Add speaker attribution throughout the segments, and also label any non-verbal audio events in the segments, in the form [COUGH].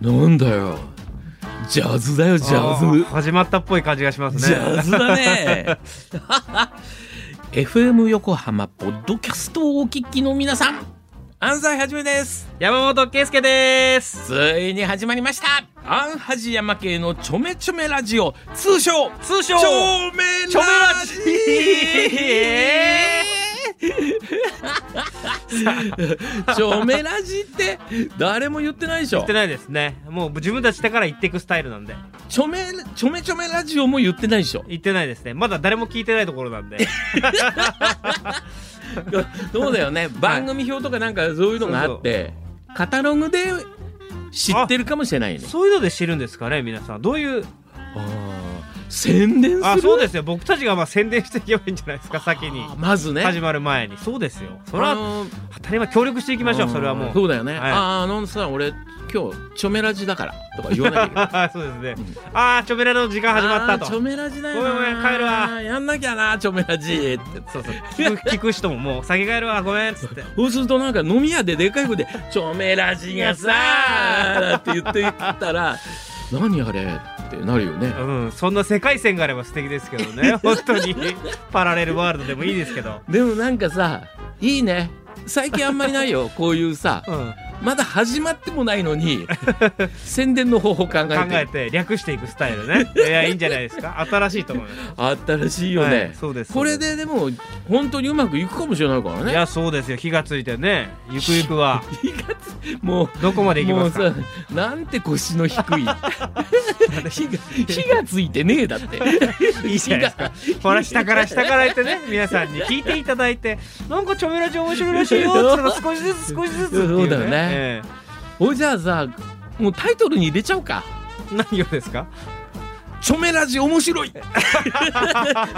Speaker 1: なんだよ。ジャズだよ、ジャ
Speaker 2: あー
Speaker 1: ズ。
Speaker 2: 始まったっぽい感じがします
Speaker 1: ジ
Speaker 2: ね
Speaker 1: ャズだ [LAUGHS] ね。FM 横浜ポッドキャストをお聞きの皆さん、安西はじめです。
Speaker 2: 山本圭介です
Speaker 1: ついに始まりました。アンハジ山系のちょめちょめラジオ、通称、
Speaker 2: 通
Speaker 1: ち
Speaker 2: 称
Speaker 1: ょめ
Speaker 2: ちょ
Speaker 1: ラジ [LAUGHS] ちょめラジって誰も言ってないでしょ
Speaker 2: 言ってないですねもう自分たちだから言っていくスタイルなんで
Speaker 1: ちょめちょめちょめラジオも言ってないでしょ
Speaker 2: 言ってないですねまだ誰も聞いてないところなんで
Speaker 1: [LAUGHS] そうだよね番組表とかなんかそういうのがあってカタログで知ってるかもしれないよね
Speaker 2: そういうので知るんですかね皆さんどういう
Speaker 1: あー宣伝する
Speaker 2: あそうですすよ僕たちがまあ宣伝していけばいいんじゃないですか先に
Speaker 1: まずね
Speaker 2: 始まる前にそうですよそれ
Speaker 1: あ
Speaker 2: は
Speaker 1: のー
Speaker 2: 当たり前協力していきましょうそれはも
Speaker 1: ん
Speaker 2: う
Speaker 1: そうだよね、
Speaker 2: はい
Speaker 1: あああのさ俺今日チョメラジだからとか言わないで
Speaker 2: そうですね、ああチョメラの時間 [LAUGHS] 始まった
Speaker 1: チョ
Speaker 2: と
Speaker 1: メラジだよ
Speaker 2: ごめんごめん帰るわ
Speaker 1: やんなきゃなチョメラジって
Speaker 2: そうそう聞く聞く人ももう先帰るわごめんっつって
Speaker 1: そうするとなんか飲み屋ででかい声で「チョメラジがさー」って言ってたら「何あれ?」ってなるよね
Speaker 2: うん、そんな世界線があれば素敵ですけどね
Speaker 1: [LAUGHS]
Speaker 2: 本当にパラレルワールドでもいいですけど、
Speaker 1: でもなんかさいいね最近あんまりない
Speaker 2: [LAUGHS]
Speaker 1: よこういうさ
Speaker 2: うん、
Speaker 1: まだ始まってもないの
Speaker 2: [LAUGHS]
Speaker 1: に宣伝の方法考えて
Speaker 2: 考えて略していくスタイルねいやいいんじゃないですか新しいと思います
Speaker 1: 新しいよね、
Speaker 2: はいそうです
Speaker 1: これででも本当にうまくいくかもしれないから
Speaker 2: い
Speaker 1: ね
Speaker 2: やそうですよ火がついてねゆくゆくは
Speaker 1: もう
Speaker 2: どこまで行き
Speaker 1: も
Speaker 2: ま
Speaker 1: う
Speaker 2: すか
Speaker 1: さなんて腰の低
Speaker 2: [LAUGHS]
Speaker 1: い火が火がついてねえだって
Speaker 2: [LAUGHS] いいじゃないですかほら下から下から言ってね皆さんに聞いていただいてなんかチョメラジ面白いらしい
Speaker 1: [LAUGHS]
Speaker 2: よっつったら少しずつ少しずつっていう、ね、
Speaker 1: そうだよね
Speaker 2: え
Speaker 1: おじゃあさもうタイトルに入れちゃおうか
Speaker 2: え何をですか
Speaker 1: 「チョメラジ面白
Speaker 2: [LAUGHS]
Speaker 1: い」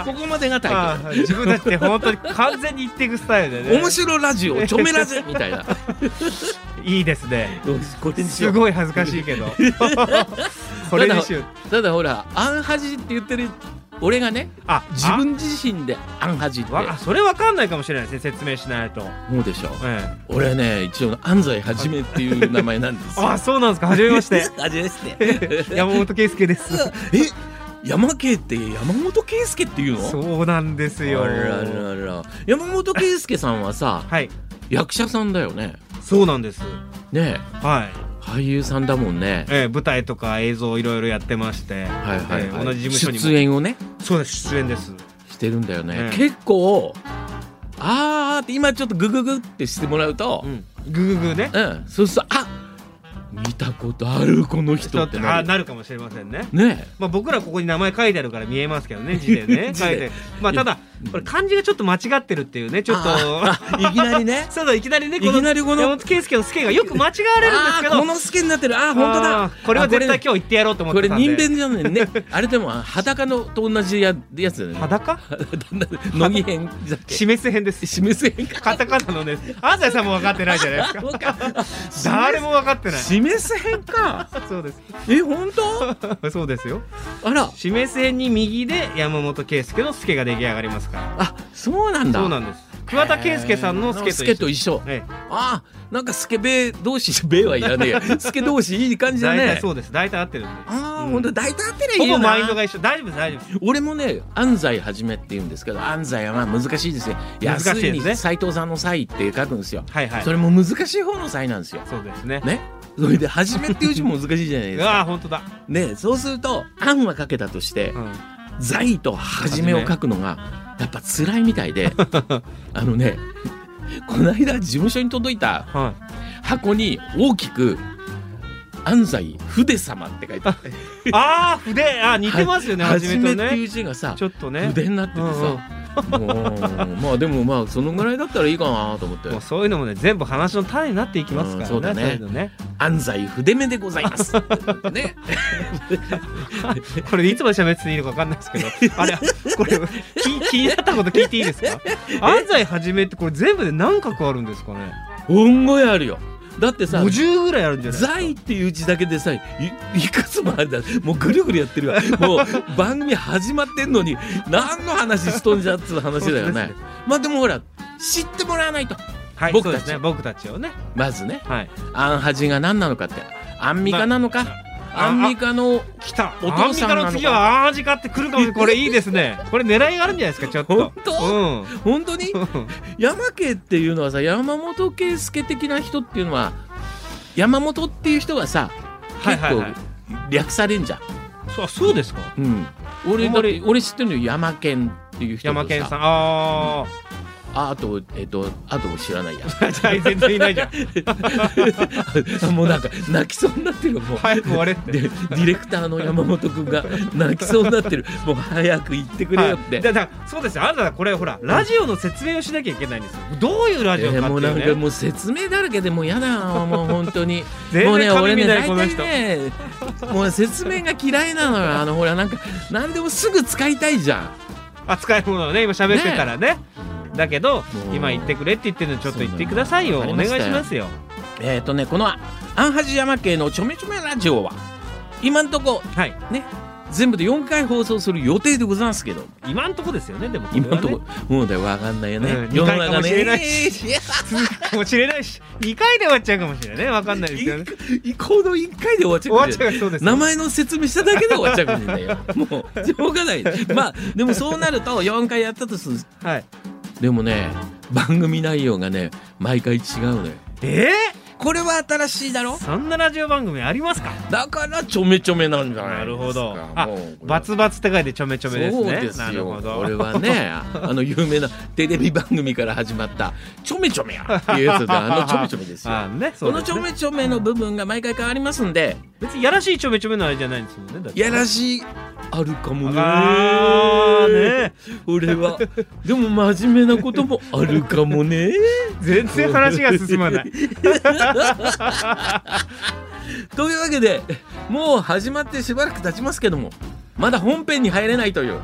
Speaker 1: ここまでがタイ
Speaker 2: ああ自分たちって本当に完全に言っていくスタイル
Speaker 1: ト
Speaker 2: で
Speaker 1: ル「
Speaker 2: ね
Speaker 1: 面白ラジオチョメラジ」みたいな
Speaker 2: いいですね
Speaker 1: よしこれにしよ
Speaker 2: す
Speaker 1: う
Speaker 2: ごい恥ずかしいけど [LAUGHS] これにしよう
Speaker 1: ただほら「アンハジ」って言ってる俺がね
Speaker 2: あ
Speaker 1: 自分自身で「アンハジ」って
Speaker 2: あわあそれわかんないかもしれないですね説明しないと、
Speaker 1: 思うでしょ
Speaker 2: え
Speaker 1: 俺ね一応安西はじめっていう名前なんです
Speaker 2: え
Speaker 1: よ
Speaker 2: あそうなんですか初めまして [LAUGHS]
Speaker 1: はじめまして
Speaker 2: 山本圭介です
Speaker 1: え山系って山本圭介っていうの
Speaker 2: そうなんですよ
Speaker 1: あららら山本圭介さんはさ
Speaker 2: はい
Speaker 1: 役者さんだよね
Speaker 2: そうなんです
Speaker 1: ね
Speaker 2: はい、
Speaker 1: え俳優さんだもんね
Speaker 2: ええ舞台とか映像いろいろやってまして
Speaker 1: はいはい、
Speaker 2: え
Speaker 1: は
Speaker 2: え
Speaker 1: い
Speaker 2: 同じ事務所に
Speaker 1: 出
Speaker 2: も
Speaker 1: 演をね
Speaker 2: そうです出演です
Speaker 1: してるんだよね、
Speaker 2: ええ
Speaker 1: 結構あーって今ちょっとグググってしてもらうと
Speaker 2: う、んグググね
Speaker 1: うんそうするとあ見たことあるこの人って
Speaker 2: あ
Speaker 1: なる
Speaker 2: なるかもしれませんね
Speaker 1: ね
Speaker 2: まあ、僕らここに名前書いてあるから見えます
Speaker 1: [LAUGHS]
Speaker 2: けどね字でね
Speaker 1: 字
Speaker 2: 書い
Speaker 1: で
Speaker 2: てまあただこれ漢字がちょっと間違ってるっていうねちょっと
Speaker 1: えいきなりね
Speaker 2: [LAUGHS] そうだいきなりね
Speaker 1: いきなりこの
Speaker 2: 山本圭介の「介」がよく間違われるんですけ
Speaker 1: あー
Speaker 2: ど
Speaker 1: このスケになってるあー本当だ
Speaker 2: あーこれは絶対
Speaker 1: あ
Speaker 2: 今日言ってやろうと思っ
Speaker 1: こ
Speaker 2: て
Speaker 1: れ
Speaker 2: たんで
Speaker 1: 人弁じゃないねあれでも裸のと同じややつだよね
Speaker 2: 裸
Speaker 1: 乃木編だっけ
Speaker 2: [LAUGHS] 示す編です
Speaker 1: 示す編か
Speaker 2: カタカナのね安西さんも分かってないじゃな
Speaker 1: [LAUGHS]
Speaker 2: いですか誰も分かってない
Speaker 1: 示す編か
Speaker 2: そうです [LAUGHS]
Speaker 1: え本当
Speaker 2: そうですよ
Speaker 1: あら
Speaker 2: 示す編に右で山本圭介の「介」が出来上がりますか
Speaker 1: あそうなん
Speaker 2: ら
Speaker 1: だ
Speaker 2: そうなんです桑田佳祐さんの「介」と
Speaker 1: スケ
Speaker 2: 一緒
Speaker 1: と一緒
Speaker 2: え
Speaker 1: あーなんかスケベ同士 [LAUGHS] ベはいらねえやスケ同士いい感
Speaker 2: え
Speaker 1: じだ
Speaker 2: 大
Speaker 1: ね
Speaker 2: 体そうです大体合ってるんで
Speaker 1: ああ、
Speaker 2: うん
Speaker 1: ほんと大体合ってりゃい
Speaker 2: ほ
Speaker 1: いよ
Speaker 2: ぼマイン
Speaker 1: な
Speaker 2: ドが一緒大丈夫です大丈夫です
Speaker 1: 俺もね安西はじめって言うんですけど安西はまあ難しいですね
Speaker 2: 難しいです
Speaker 1: 安
Speaker 2: ね
Speaker 1: いに斎藤さんの「斎」って書くんですよ
Speaker 2: はいはい
Speaker 1: それも難しい方の「斎」なんですよ
Speaker 2: そうですね
Speaker 1: ねそれで「はじめ」っていう字も難しいじゃないで
Speaker 2: う
Speaker 1: す
Speaker 2: [LAUGHS]
Speaker 1: か
Speaker 2: わー本当だ
Speaker 1: ねそうすると「案は書けたとして
Speaker 2: うん
Speaker 1: 「財」と「はじめ」を書くのがやっぱ辛いみたい
Speaker 2: [LAUGHS]
Speaker 1: であのねこの間事務所に届いた
Speaker 2: は
Speaker 1: 箱に大きく「安西筆様」って書いてあって
Speaker 2: いああ筆あー似てますよね
Speaker 1: は
Speaker 2: 初
Speaker 1: じ
Speaker 2: め
Speaker 1: め」
Speaker 2: と
Speaker 1: ってい
Speaker 2: ね
Speaker 1: う字がさ
Speaker 2: ちょっとね
Speaker 1: 筆になってて
Speaker 2: うんうん
Speaker 1: さうんまあでもまあそのぐらいだったらいいかなと思って
Speaker 2: もうそういうのもね全部話の種になっていきますからね,、
Speaker 1: うんそうだね
Speaker 2: いうのね
Speaker 1: 安西筆目でござい [LAUGHS] ます。ね、
Speaker 2: これいつまで喋っていいのか分かんないですけ
Speaker 1: [LAUGHS]
Speaker 2: どあれこれ気気になったこと聞いていいですか安西はじめってこれ全部で何画あるんですかね
Speaker 1: 音語やるよ。だってさ。
Speaker 2: 50ぐらいあるんじゃないですか
Speaker 1: 財っていう字だけでさいいくつもあるだもうぐるぐるやってるわもう番組始まってんのに何の話しとんじゃっつう話だよ
Speaker 2: 本当
Speaker 1: ね
Speaker 2: で
Speaker 1: まあでもほら知ってもらわないと
Speaker 2: はい
Speaker 1: 僕
Speaker 2: 僕
Speaker 1: たち
Speaker 2: たちね僕たちをね
Speaker 1: まずね
Speaker 2: はい
Speaker 1: アンハジが何なのかってアンミカなのか、
Speaker 2: あ
Speaker 1: アンミカの
Speaker 2: 来た
Speaker 1: お父さんなのか
Speaker 2: アンミカの次はアージカって来るかもしれ [LAUGHS] ないこれいいですねこれ狙いがあるんじゃないですかちょっと
Speaker 1: 本当本当に
Speaker 2: うん
Speaker 1: 山家っていうのはさ山本圭介的な人っていうのは山本っていう人がさ
Speaker 2: はい
Speaker 1: 結
Speaker 2: はい
Speaker 1: 構
Speaker 2: はい
Speaker 1: 略されんじゃん、
Speaker 2: そうそうですか
Speaker 1: うん、俺
Speaker 2: あん
Speaker 1: だっ
Speaker 2: ま
Speaker 1: て
Speaker 2: り
Speaker 1: 俺知ってるのよ山県っていう人と
Speaker 2: 山健さん
Speaker 1: ん
Speaker 2: あ
Speaker 1: ああとえっ、とあと知らないや
Speaker 2: あじゃあ [LAUGHS] 全然いないじゃん
Speaker 1: [LAUGHS] もうなんか泣きそうになってるもう、
Speaker 2: 早く終われって
Speaker 1: でディレクターの山本君が泣きそうになってるもう早く行ってくれよって、
Speaker 2: はいだだからそうですよあなたこれほらラジオの説明をしなきゃいけないんですよどういうラジオか
Speaker 1: え
Speaker 2: って
Speaker 1: ー
Speaker 2: い
Speaker 1: もうなんか
Speaker 2: うね
Speaker 1: もう説明だらけでもうやだ
Speaker 2: [LAUGHS]
Speaker 1: よもう本当にも
Speaker 2: 全
Speaker 1: うね俺
Speaker 2: 然髪見
Speaker 1: ね
Speaker 2: ない
Speaker 1: 大
Speaker 2: この
Speaker 1: 体
Speaker 2: 人
Speaker 1: ねもう説明が嫌いなのよあのほらなんか何でもすぐ使いたいじゃん
Speaker 2: 扱い物をね今喋ってたらねだけど
Speaker 1: もう
Speaker 2: 今言ってくれって言ってるのちょっと言ってくださいよ
Speaker 1: そう
Speaker 2: お
Speaker 1: なの
Speaker 2: 願いしますよ
Speaker 1: えっ、ー、とねこのアンハジ山系のちょめちょめラジオは今んとこ
Speaker 2: はい
Speaker 1: 全部で4回放送する予定でございますけど
Speaker 2: 今んとこですよねでもこれは
Speaker 1: 今
Speaker 2: ね
Speaker 1: んとこもうだよわかんないよね、
Speaker 2: うん
Speaker 1: 世の中
Speaker 2: 二回かも
Speaker 1: ね
Speaker 2: しれない
Speaker 1: いや
Speaker 2: かもしれないし2回で終わっちゃうかもしれないねわかんないですけどね
Speaker 1: いこの1回で終わっち
Speaker 2: 終
Speaker 1: ゃうか
Speaker 2: わ
Speaker 1: も
Speaker 2: っ
Speaker 1: し
Speaker 2: ち
Speaker 1: れ
Speaker 2: ゃ
Speaker 1: な
Speaker 2: う
Speaker 1: い
Speaker 2: そうです
Speaker 1: 名前の説明しただけで終わっちゃうかもしれない
Speaker 2: [LAUGHS]
Speaker 1: よもうしょうがないまあでもそうなると4回やったとする
Speaker 2: はい
Speaker 1: でもね番組内容がね毎回違うのよ
Speaker 2: え
Speaker 1: これは新しいだ
Speaker 2: ー
Speaker 1: ろ
Speaker 2: そんなラジオ番組ありますか
Speaker 1: だからちょめちょめなんじゃないですか
Speaker 2: なるほどあ
Speaker 1: もうこれ
Speaker 2: バツバツって書いてちょめちょめですね
Speaker 1: そうです
Speaker 2: なるほ
Speaker 1: よ
Speaker 2: ど
Speaker 1: これは
Speaker 2: [LAUGHS]
Speaker 1: ねあの有名なテレビ番組から始まった「ちょめちょめや」っていうやつであのちょめちょめですよ
Speaker 2: [LAUGHS] あねそ
Speaker 1: こ
Speaker 2: う
Speaker 1: の
Speaker 2: です
Speaker 1: ち
Speaker 2: ね
Speaker 1: ょめちょめの部分が毎回変わりますんで
Speaker 2: 別にやらしいちょめちょめのあれじゃないんですもんねだって
Speaker 1: やらしいあるかもね
Speaker 2: あーね
Speaker 1: 俺はでも真面目なこともあるかも
Speaker 2: [LAUGHS]
Speaker 1: ね
Speaker 2: 全然話が進まない
Speaker 1: というわけでもう始まってしばらく経ちますけどもまだ本編に入れないという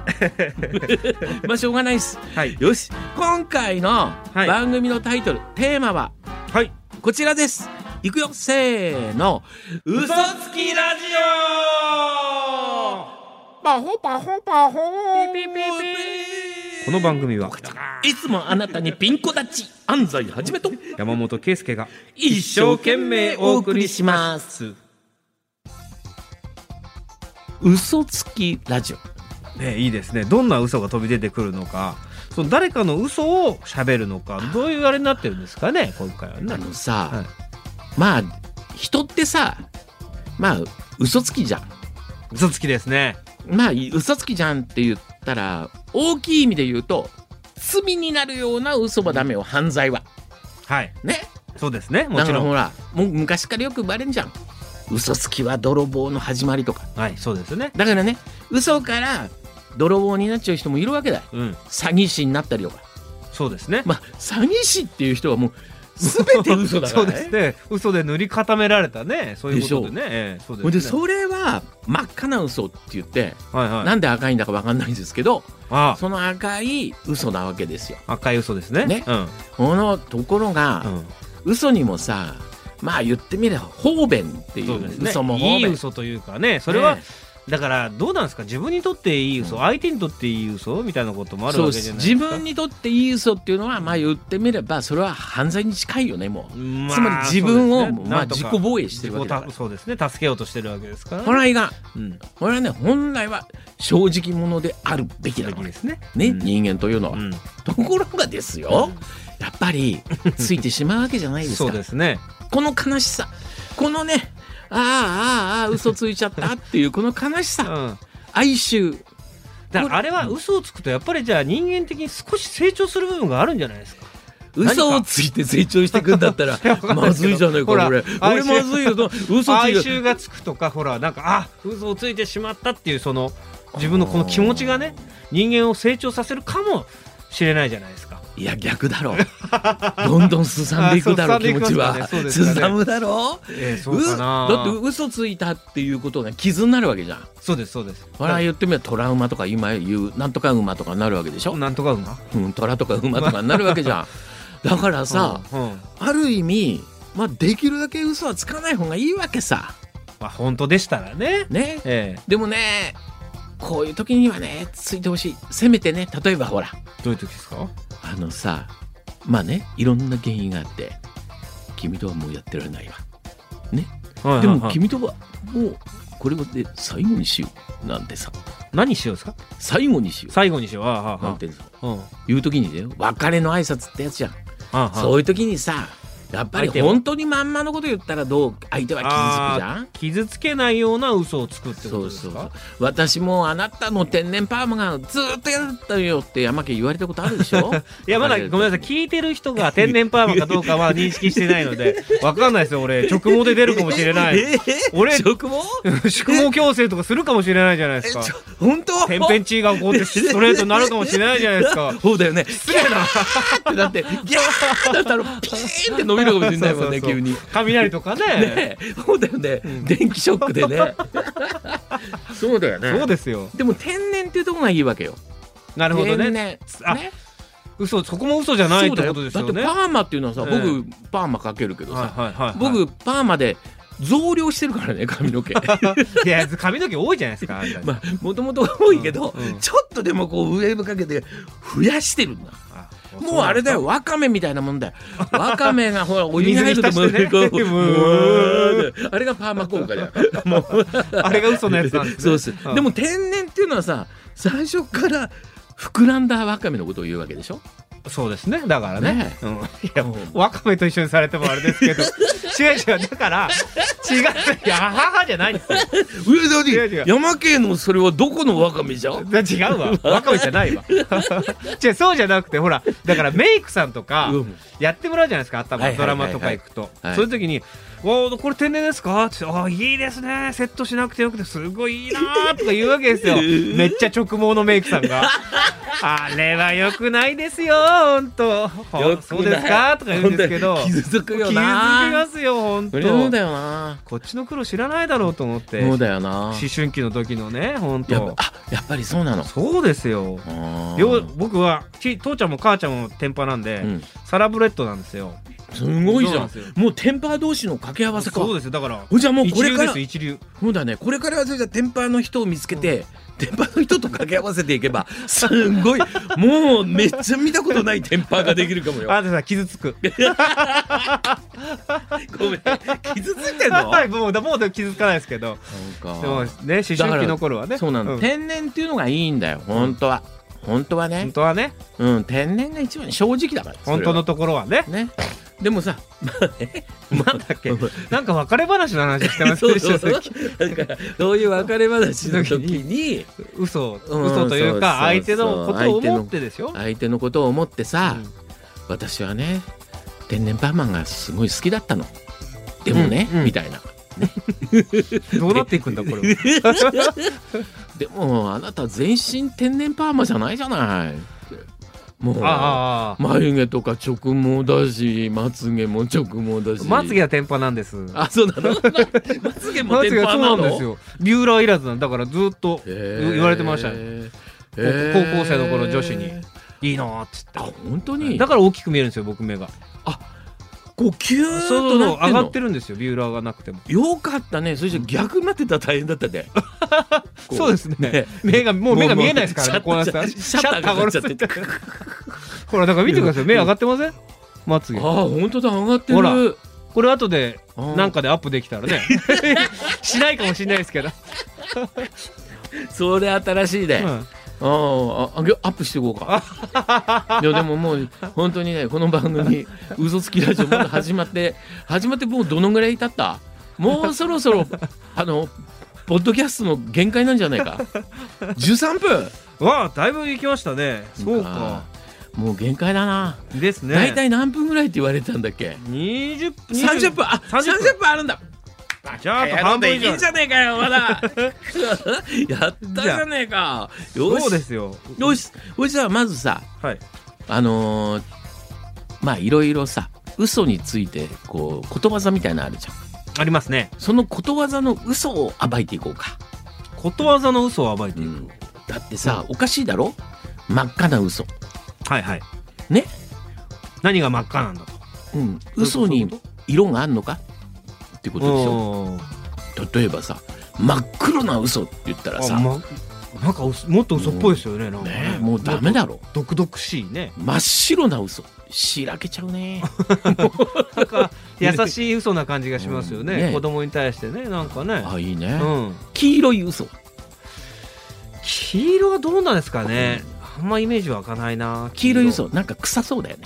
Speaker 2: [LAUGHS]
Speaker 1: まあしょうがないです
Speaker 2: はい
Speaker 1: よし今回の
Speaker 2: はい
Speaker 1: 番組のタイトル、テーマは
Speaker 2: はい
Speaker 1: こちらですいくよせーの嘘つきラジオパホパホパホ
Speaker 2: この番組はい
Speaker 1: つもあなたにピンコ立ち安西はじめと
Speaker 2: 山本圭介が
Speaker 1: 一
Speaker 2: 生懸命お送りし
Speaker 1: ます嘘つきラジオ
Speaker 2: ねいいですねどんな嘘が飛び出てくるのかその誰かの嘘を喋るのかどういうあれになってるんですかね今回はね
Speaker 1: あのさ、
Speaker 2: はい
Speaker 1: まあ人ってさまあ嘘つきじゃん
Speaker 2: 嘘つきですね
Speaker 1: まあ嘘つきじゃんって言ったら大きい意味で言うと罪になるような嘘はダメよ犯罪は
Speaker 2: はい
Speaker 1: ね
Speaker 2: そうですねも
Speaker 1: だか
Speaker 2: ち
Speaker 1: ら
Speaker 2: ろん
Speaker 1: ほらもう昔からよく言われんじゃん嘘つきは泥棒の始まりとか
Speaker 2: はいそうですね
Speaker 1: だからね嘘から泥棒になっちゃう人もいるわけだよ
Speaker 2: うん
Speaker 1: 詐欺師になったりとか
Speaker 2: そうですね
Speaker 1: まあ詐欺師っていう人はもう全て嘘だか
Speaker 2: そ
Speaker 1: ら
Speaker 2: う
Speaker 1: ね
Speaker 2: ですね嘘で塗り固められたねそういうことでねええそう
Speaker 1: ほんで
Speaker 2: ですね
Speaker 1: それは真っ赤な嘘って言って、
Speaker 2: はいはい
Speaker 1: なんで赤いんだか分かんないんですけど
Speaker 2: あ
Speaker 1: その赤い嘘なわけですよ。
Speaker 2: あ赤い嘘ですね
Speaker 1: ね
Speaker 2: うん
Speaker 1: このところが、
Speaker 2: うん
Speaker 1: 嘘にもさまあ言ってみれば方便っていう
Speaker 2: そうですね
Speaker 1: 嘘も方
Speaker 2: いい
Speaker 1: 便
Speaker 2: 嘘というかねそれは
Speaker 1: ね
Speaker 2: だからどうなんですか自分にとっていい嘘、
Speaker 1: うん
Speaker 2: 相手にとっていい嘘みたいなこともある
Speaker 1: そう
Speaker 2: わ
Speaker 1: で
Speaker 2: けじ
Speaker 1: す
Speaker 2: ゃないです
Speaker 1: 自
Speaker 2: か
Speaker 1: 分にとっていい嘘っていうのはまあ言ってみればそれは犯罪に近いよねもう、
Speaker 2: まあ
Speaker 1: つまり自分を、
Speaker 2: そうですね
Speaker 1: ま
Speaker 2: な
Speaker 1: あ
Speaker 2: んと
Speaker 1: 自
Speaker 2: か
Speaker 1: 己防衛してるわけだ
Speaker 2: 自
Speaker 1: か
Speaker 2: 己たそうですね助けようとしてるわけですからら
Speaker 1: これはいかん
Speaker 2: うん
Speaker 1: これはね本来は正直者であるべきだ
Speaker 2: べ
Speaker 1: か
Speaker 2: き
Speaker 1: ら
Speaker 2: ですね
Speaker 1: ね、
Speaker 2: うん
Speaker 1: 人間というのは、
Speaker 2: うん
Speaker 1: ところがですよやっぱりついてしまうわけじゃないです
Speaker 2: そ
Speaker 1: か
Speaker 2: うですね
Speaker 1: この悲しさこのねああああああ嘘ついちゃ
Speaker 2: [LAUGHS]
Speaker 1: ったっていうこの悲し
Speaker 2: う
Speaker 1: さ
Speaker 2: ん
Speaker 1: 哀愁
Speaker 2: だからあれは嘘をつくとやっぱりじゃあ人間的に少し成長する部分があるんじゃないですか
Speaker 1: 嘘をついて成長してくんだったら
Speaker 2: やわか [LAUGHS] んない
Speaker 1: ま
Speaker 2: ですけ
Speaker 1: ず
Speaker 2: ど
Speaker 1: いじゃないか
Speaker 2: ほら
Speaker 1: 俺
Speaker 2: 哀
Speaker 1: 俺ま
Speaker 2: 愁
Speaker 1: ずいよ嘘つ
Speaker 2: 哀
Speaker 1: いて
Speaker 2: 愁がつくとかほらなんかあ嘘をついてしまったっていうその自分のこの気持ちがね人間を成長させるかもしれないじゃないですか。
Speaker 1: いや逆だろどんどんすさんでいくだろ
Speaker 2: あ
Speaker 1: う
Speaker 2: そう
Speaker 1: 気持ちは
Speaker 2: すさんでいきます
Speaker 1: す
Speaker 2: よね
Speaker 1: さむだろ
Speaker 2: えー、そうかな。
Speaker 1: だって嘘ついたっていうことが傷になるわけじゃん
Speaker 2: そうですそうです。
Speaker 1: 我々言ってみればトラウマとか今言うなんとか馬とかになるわけでしょ、
Speaker 2: なんとか馬。
Speaker 1: うん、トラとか馬とかになるわけじゃんだからさ、
Speaker 2: うん、うん
Speaker 1: ある意味、まあ、できるだけ嘘はつかない方がいいわけさ
Speaker 2: まあ本当でしたらね。
Speaker 1: ね
Speaker 2: ええ
Speaker 1: でもねこういう時にはねついてほしいせめてね例えばほら
Speaker 2: どういう時ですか。
Speaker 1: あのさまあねいろんな原因があって君とはもうやってられないわ
Speaker 2: はい
Speaker 1: で
Speaker 2: はい
Speaker 1: も
Speaker 2: はい
Speaker 1: 君とはもうこれまで最後にしようなんてさ
Speaker 2: 何しようですか。
Speaker 1: 最後にしよ
Speaker 2: 最後にしよう。ああ
Speaker 1: うなん
Speaker 2: あ
Speaker 1: てさ
Speaker 2: あうん。あ
Speaker 1: 言う時にだよ別れの挨拶ってやつじゃん
Speaker 2: あああ
Speaker 1: そういう時にさやっぱり
Speaker 2: 相手は
Speaker 1: 本当にまんまのこと言ったらどう相手は気づくじゃん
Speaker 2: 傷つけないような嘘をつくってこ
Speaker 1: そ
Speaker 2: と
Speaker 1: う
Speaker 2: ですか。
Speaker 1: そうそう私もあなたの天然パーマがずーっとやったよって山家言われたことあるでしょ
Speaker 2: [LAUGHS] いやまだごめんなさい聞いてる人が天然パーマかどうかは認識してないの
Speaker 1: [LAUGHS]
Speaker 2: でわかんないですよ俺直毛で出るかもしれない
Speaker 1: え
Speaker 2: 俺
Speaker 1: 食毛
Speaker 2: 宿毛矯正とかするかもしれないじゃないで
Speaker 1: え
Speaker 2: す
Speaker 1: ち
Speaker 2: か
Speaker 1: ょ本当
Speaker 2: 天変地異が起こってストレートになるかもしれないじゃないですか
Speaker 1: そうだよね
Speaker 2: 失礼な
Speaker 1: ってだってギャーだったらピーンって伸びるかもしれないもんね
Speaker 2: そうそうそう
Speaker 1: 急に。
Speaker 2: 雷とかね
Speaker 1: ねえそうだよね、電気ショックでねそうだよ
Speaker 2: そうですよ
Speaker 1: でも天然っていうところがいいわけよ
Speaker 2: なるほど
Speaker 1: 天然
Speaker 2: ね
Speaker 1: ね
Speaker 2: あ嘘そこも嘘じゃないってことですよ
Speaker 1: そうだ
Speaker 2: ね
Speaker 1: よだってパーマっていうのはさ、
Speaker 2: ええ
Speaker 1: 僕パーマかけるけどさ、
Speaker 2: はいはいはい
Speaker 1: 僕パーマで増量してるからね髪の毛 [LAUGHS] ま
Speaker 2: [LAUGHS] いや髪の毛多いじゃないですかあんた
Speaker 1: あもともと多いけど、
Speaker 2: うんうん
Speaker 1: ちょっとでもこうウェーブかけて増やしてるんだ
Speaker 2: あ
Speaker 1: もうあれだよ、わかめみたいなもん
Speaker 2: [LAUGHS]
Speaker 1: だよ。わかめがほら、お湯に入る [LAUGHS] ともう、
Speaker 2: 水に浸して
Speaker 1: こう
Speaker 2: ねブー
Speaker 1: ブーあれがパーマ効果
Speaker 2: [LAUGHS]
Speaker 1: だよ。もう、
Speaker 2: あれが嘘のやつなんですね
Speaker 1: そうです
Speaker 2: う。ん
Speaker 1: でも天然っていうのはさ、最初から膨らんだわかめのことを言うわけでしょ
Speaker 2: そうですねだからね
Speaker 1: ね
Speaker 2: うん、いやわかめと一緒にされてもあれですけど [LAUGHS] 違う違うだから違ういや母じゃないんですよ
Speaker 1: 上田
Speaker 2: 違う違う
Speaker 1: に、山系のそれはどこのわかめじゃん
Speaker 2: だ違
Speaker 1: [LAUGHS]
Speaker 2: うわわかめじゃないわ [LAUGHS] 違うそうじゃなくてほらだからメイクさんとか
Speaker 1: うん
Speaker 2: やってもらうじゃないですか頭、
Speaker 1: はいはいはいはい
Speaker 2: ドラマとか行くと、
Speaker 1: はい
Speaker 2: そういう時に「わあこれ天然ですか?」って「ああいいですねセットしなくてよくてすごいいいな」とか言うわけで
Speaker 1: [LAUGHS]
Speaker 2: すよめっちゃ直毛のメイクさんが「あれはよくないですよほんと
Speaker 1: よくない
Speaker 2: そうですか?」とか言うんですけど
Speaker 1: ほんとに傷つくよ
Speaker 2: 気づきま
Speaker 1: な。
Speaker 2: すよ本
Speaker 1: それそうだ
Speaker 2: 当
Speaker 1: よな。
Speaker 2: こっちの苦労知らないだろうと思って
Speaker 1: そう
Speaker 2: 思
Speaker 1: だよな。
Speaker 2: 春期の時のね本
Speaker 1: やっぱあ
Speaker 2: 当
Speaker 1: やっぱりそうなの。
Speaker 2: そうですよ
Speaker 1: あー
Speaker 2: よう僕はち父ちゃんも母ちゃんも天パなんで、
Speaker 1: うん
Speaker 2: サラブレッドなんですよ
Speaker 1: すごいじゃん
Speaker 2: そうなんで。
Speaker 1: もうテンパー同士の掛け合わせか。
Speaker 2: そうですよだから
Speaker 1: ほいじゃあもうこ
Speaker 2: 一
Speaker 1: れ
Speaker 2: 流
Speaker 1: か
Speaker 2: で
Speaker 1: ら
Speaker 2: す一流
Speaker 1: そうだねこれからはそれじゃあ天パーの人を見つけて、天パーの人と掛け合わせていけばすんごいもうめっちゃ見たことない天パーができるかも [LAUGHS] よ
Speaker 2: あでさ傷つく
Speaker 1: ごめん傷ついてんの
Speaker 2: はい [LAUGHS] もうだもうで傷つかないですけどでも
Speaker 1: そ
Speaker 2: ね思春期の頃はね
Speaker 1: そうなの、
Speaker 2: ん
Speaker 1: 天然っていうのがいいんだよ本当は本当は
Speaker 2: 本
Speaker 1: ね、
Speaker 2: 当はね
Speaker 1: うん、天然が一番正直だから
Speaker 2: 本当のところはね
Speaker 1: それはねでも
Speaker 2: [LAUGHS]
Speaker 1: さまあね [LAUGHS] まあだっけ
Speaker 2: なんか別れ話の話してます
Speaker 1: そう
Speaker 2: でし
Speaker 1: そ
Speaker 2: ょ
Speaker 1: うそうだからそういう別れ話の時に
Speaker 2: 嘘を
Speaker 1: うん
Speaker 2: 嘘という
Speaker 1: そう
Speaker 2: か
Speaker 1: そう
Speaker 2: 相手のことを
Speaker 1: 相手の
Speaker 2: 思ってですよ
Speaker 1: 相手のことを思ってさ、
Speaker 2: うん
Speaker 1: 私はね天然パーマンがすごい好きだったのでもね、
Speaker 2: うんうん
Speaker 1: みたいな
Speaker 2: どうなっていくんだこ
Speaker 1: [LAUGHS]
Speaker 2: れは
Speaker 1: でもあなた全身天然パーマじゃないじゃないもう
Speaker 2: あああ
Speaker 1: 眉毛とか直毛だしまつげも直毛だ
Speaker 2: あ
Speaker 1: し
Speaker 2: まつげは天パなんです
Speaker 1: あそうな
Speaker 2: [LAUGHS]
Speaker 1: のままつげも
Speaker 2: ま
Speaker 1: 天
Speaker 2: つげは
Speaker 1: パー
Speaker 2: そう
Speaker 1: な
Speaker 2: なん
Speaker 1: の
Speaker 2: ですよビューラーいらずなんだからずっと
Speaker 1: へー
Speaker 2: 言われてましたね
Speaker 1: へ
Speaker 2: 高
Speaker 1: ー
Speaker 2: 高校生の頃女子にいいなーっつって
Speaker 1: あ本当に
Speaker 2: だから大きく見えるんですよ僕目が
Speaker 1: こうキューッ
Speaker 2: そう
Speaker 1: となって
Speaker 2: 上
Speaker 1: ん
Speaker 2: が
Speaker 1: の
Speaker 2: ってるんですよビューラーがなくても
Speaker 1: よかったねそれじゃ逆になってたら大変だったねこ
Speaker 2: そうですね目がもう目が見えないですからねこうなってたら
Speaker 1: シャッターが上がっちゃってて
Speaker 2: ほらだから見てください目上がってませんまつげ
Speaker 1: ああ本当だ上がって
Speaker 2: ほら
Speaker 1: る
Speaker 2: これ後で
Speaker 1: あー
Speaker 2: なんかでアップできた
Speaker 1: [LAUGHS]
Speaker 2: らねしないかもしれないですけど、
Speaker 1: それ新しいで、
Speaker 2: う
Speaker 1: あ
Speaker 2: ん
Speaker 1: ああげアップしていこうか
Speaker 2: [LAUGHS]
Speaker 1: いやでももう本当にねこの番組「嘘つきラジオ」まだ始まって始まってもうどのぐらい経ったもうそろそろあのポッドキャストの限界なんじゃないか13分
Speaker 2: わあだいぶ行きましたねそうか
Speaker 1: あーもう限界だな、
Speaker 2: ですね
Speaker 1: 大体何分ぐらいって言われたんだっけ
Speaker 2: 20分
Speaker 1: 30分あ
Speaker 2: 30
Speaker 1: 30
Speaker 2: 分
Speaker 1: 分あるんだ
Speaker 2: じゃああと半分以
Speaker 1: いいじ
Speaker 2: 上
Speaker 1: ゃねえかよまだ [LAUGHS] やったじゃねえかよし
Speaker 2: そうですよ
Speaker 1: よしそれじゃあまずさ
Speaker 2: はい
Speaker 1: あのーまあいろいろさ嘘についてこうことわざみたいなのあるじゃん
Speaker 2: ありますね
Speaker 1: そのことわざの嘘を暴いていこうか、
Speaker 2: ことわざの嘘を暴いて
Speaker 1: う
Speaker 2: いく、
Speaker 1: ん、だってさ、おかしいだろ真っ赤な嘘
Speaker 2: はいはい
Speaker 1: ね
Speaker 2: 何が真っ赤なんだと
Speaker 1: うん嘘に色があんのかってことでしょ
Speaker 2: おー
Speaker 1: 例えばさ真っ黒な嘘って言ったらさ
Speaker 2: あ、ま、なんか嘘もっと嘘っぽいですよね、なんか
Speaker 1: ね、もうダメだろ
Speaker 2: 独々しいね
Speaker 1: 真っ白な嘘しらけちゃう
Speaker 2: [LAUGHS]
Speaker 1: ね
Speaker 2: なんか優しい嘘な感じがしますよね,、
Speaker 1: うんね
Speaker 2: 子供に対してねなんかね
Speaker 1: あいいね、
Speaker 2: うん
Speaker 1: 黄色い嘘
Speaker 2: 黄色はどうなんですかねあんまイメージ湧かないな
Speaker 1: 黄色い嘘なんか臭そうだよね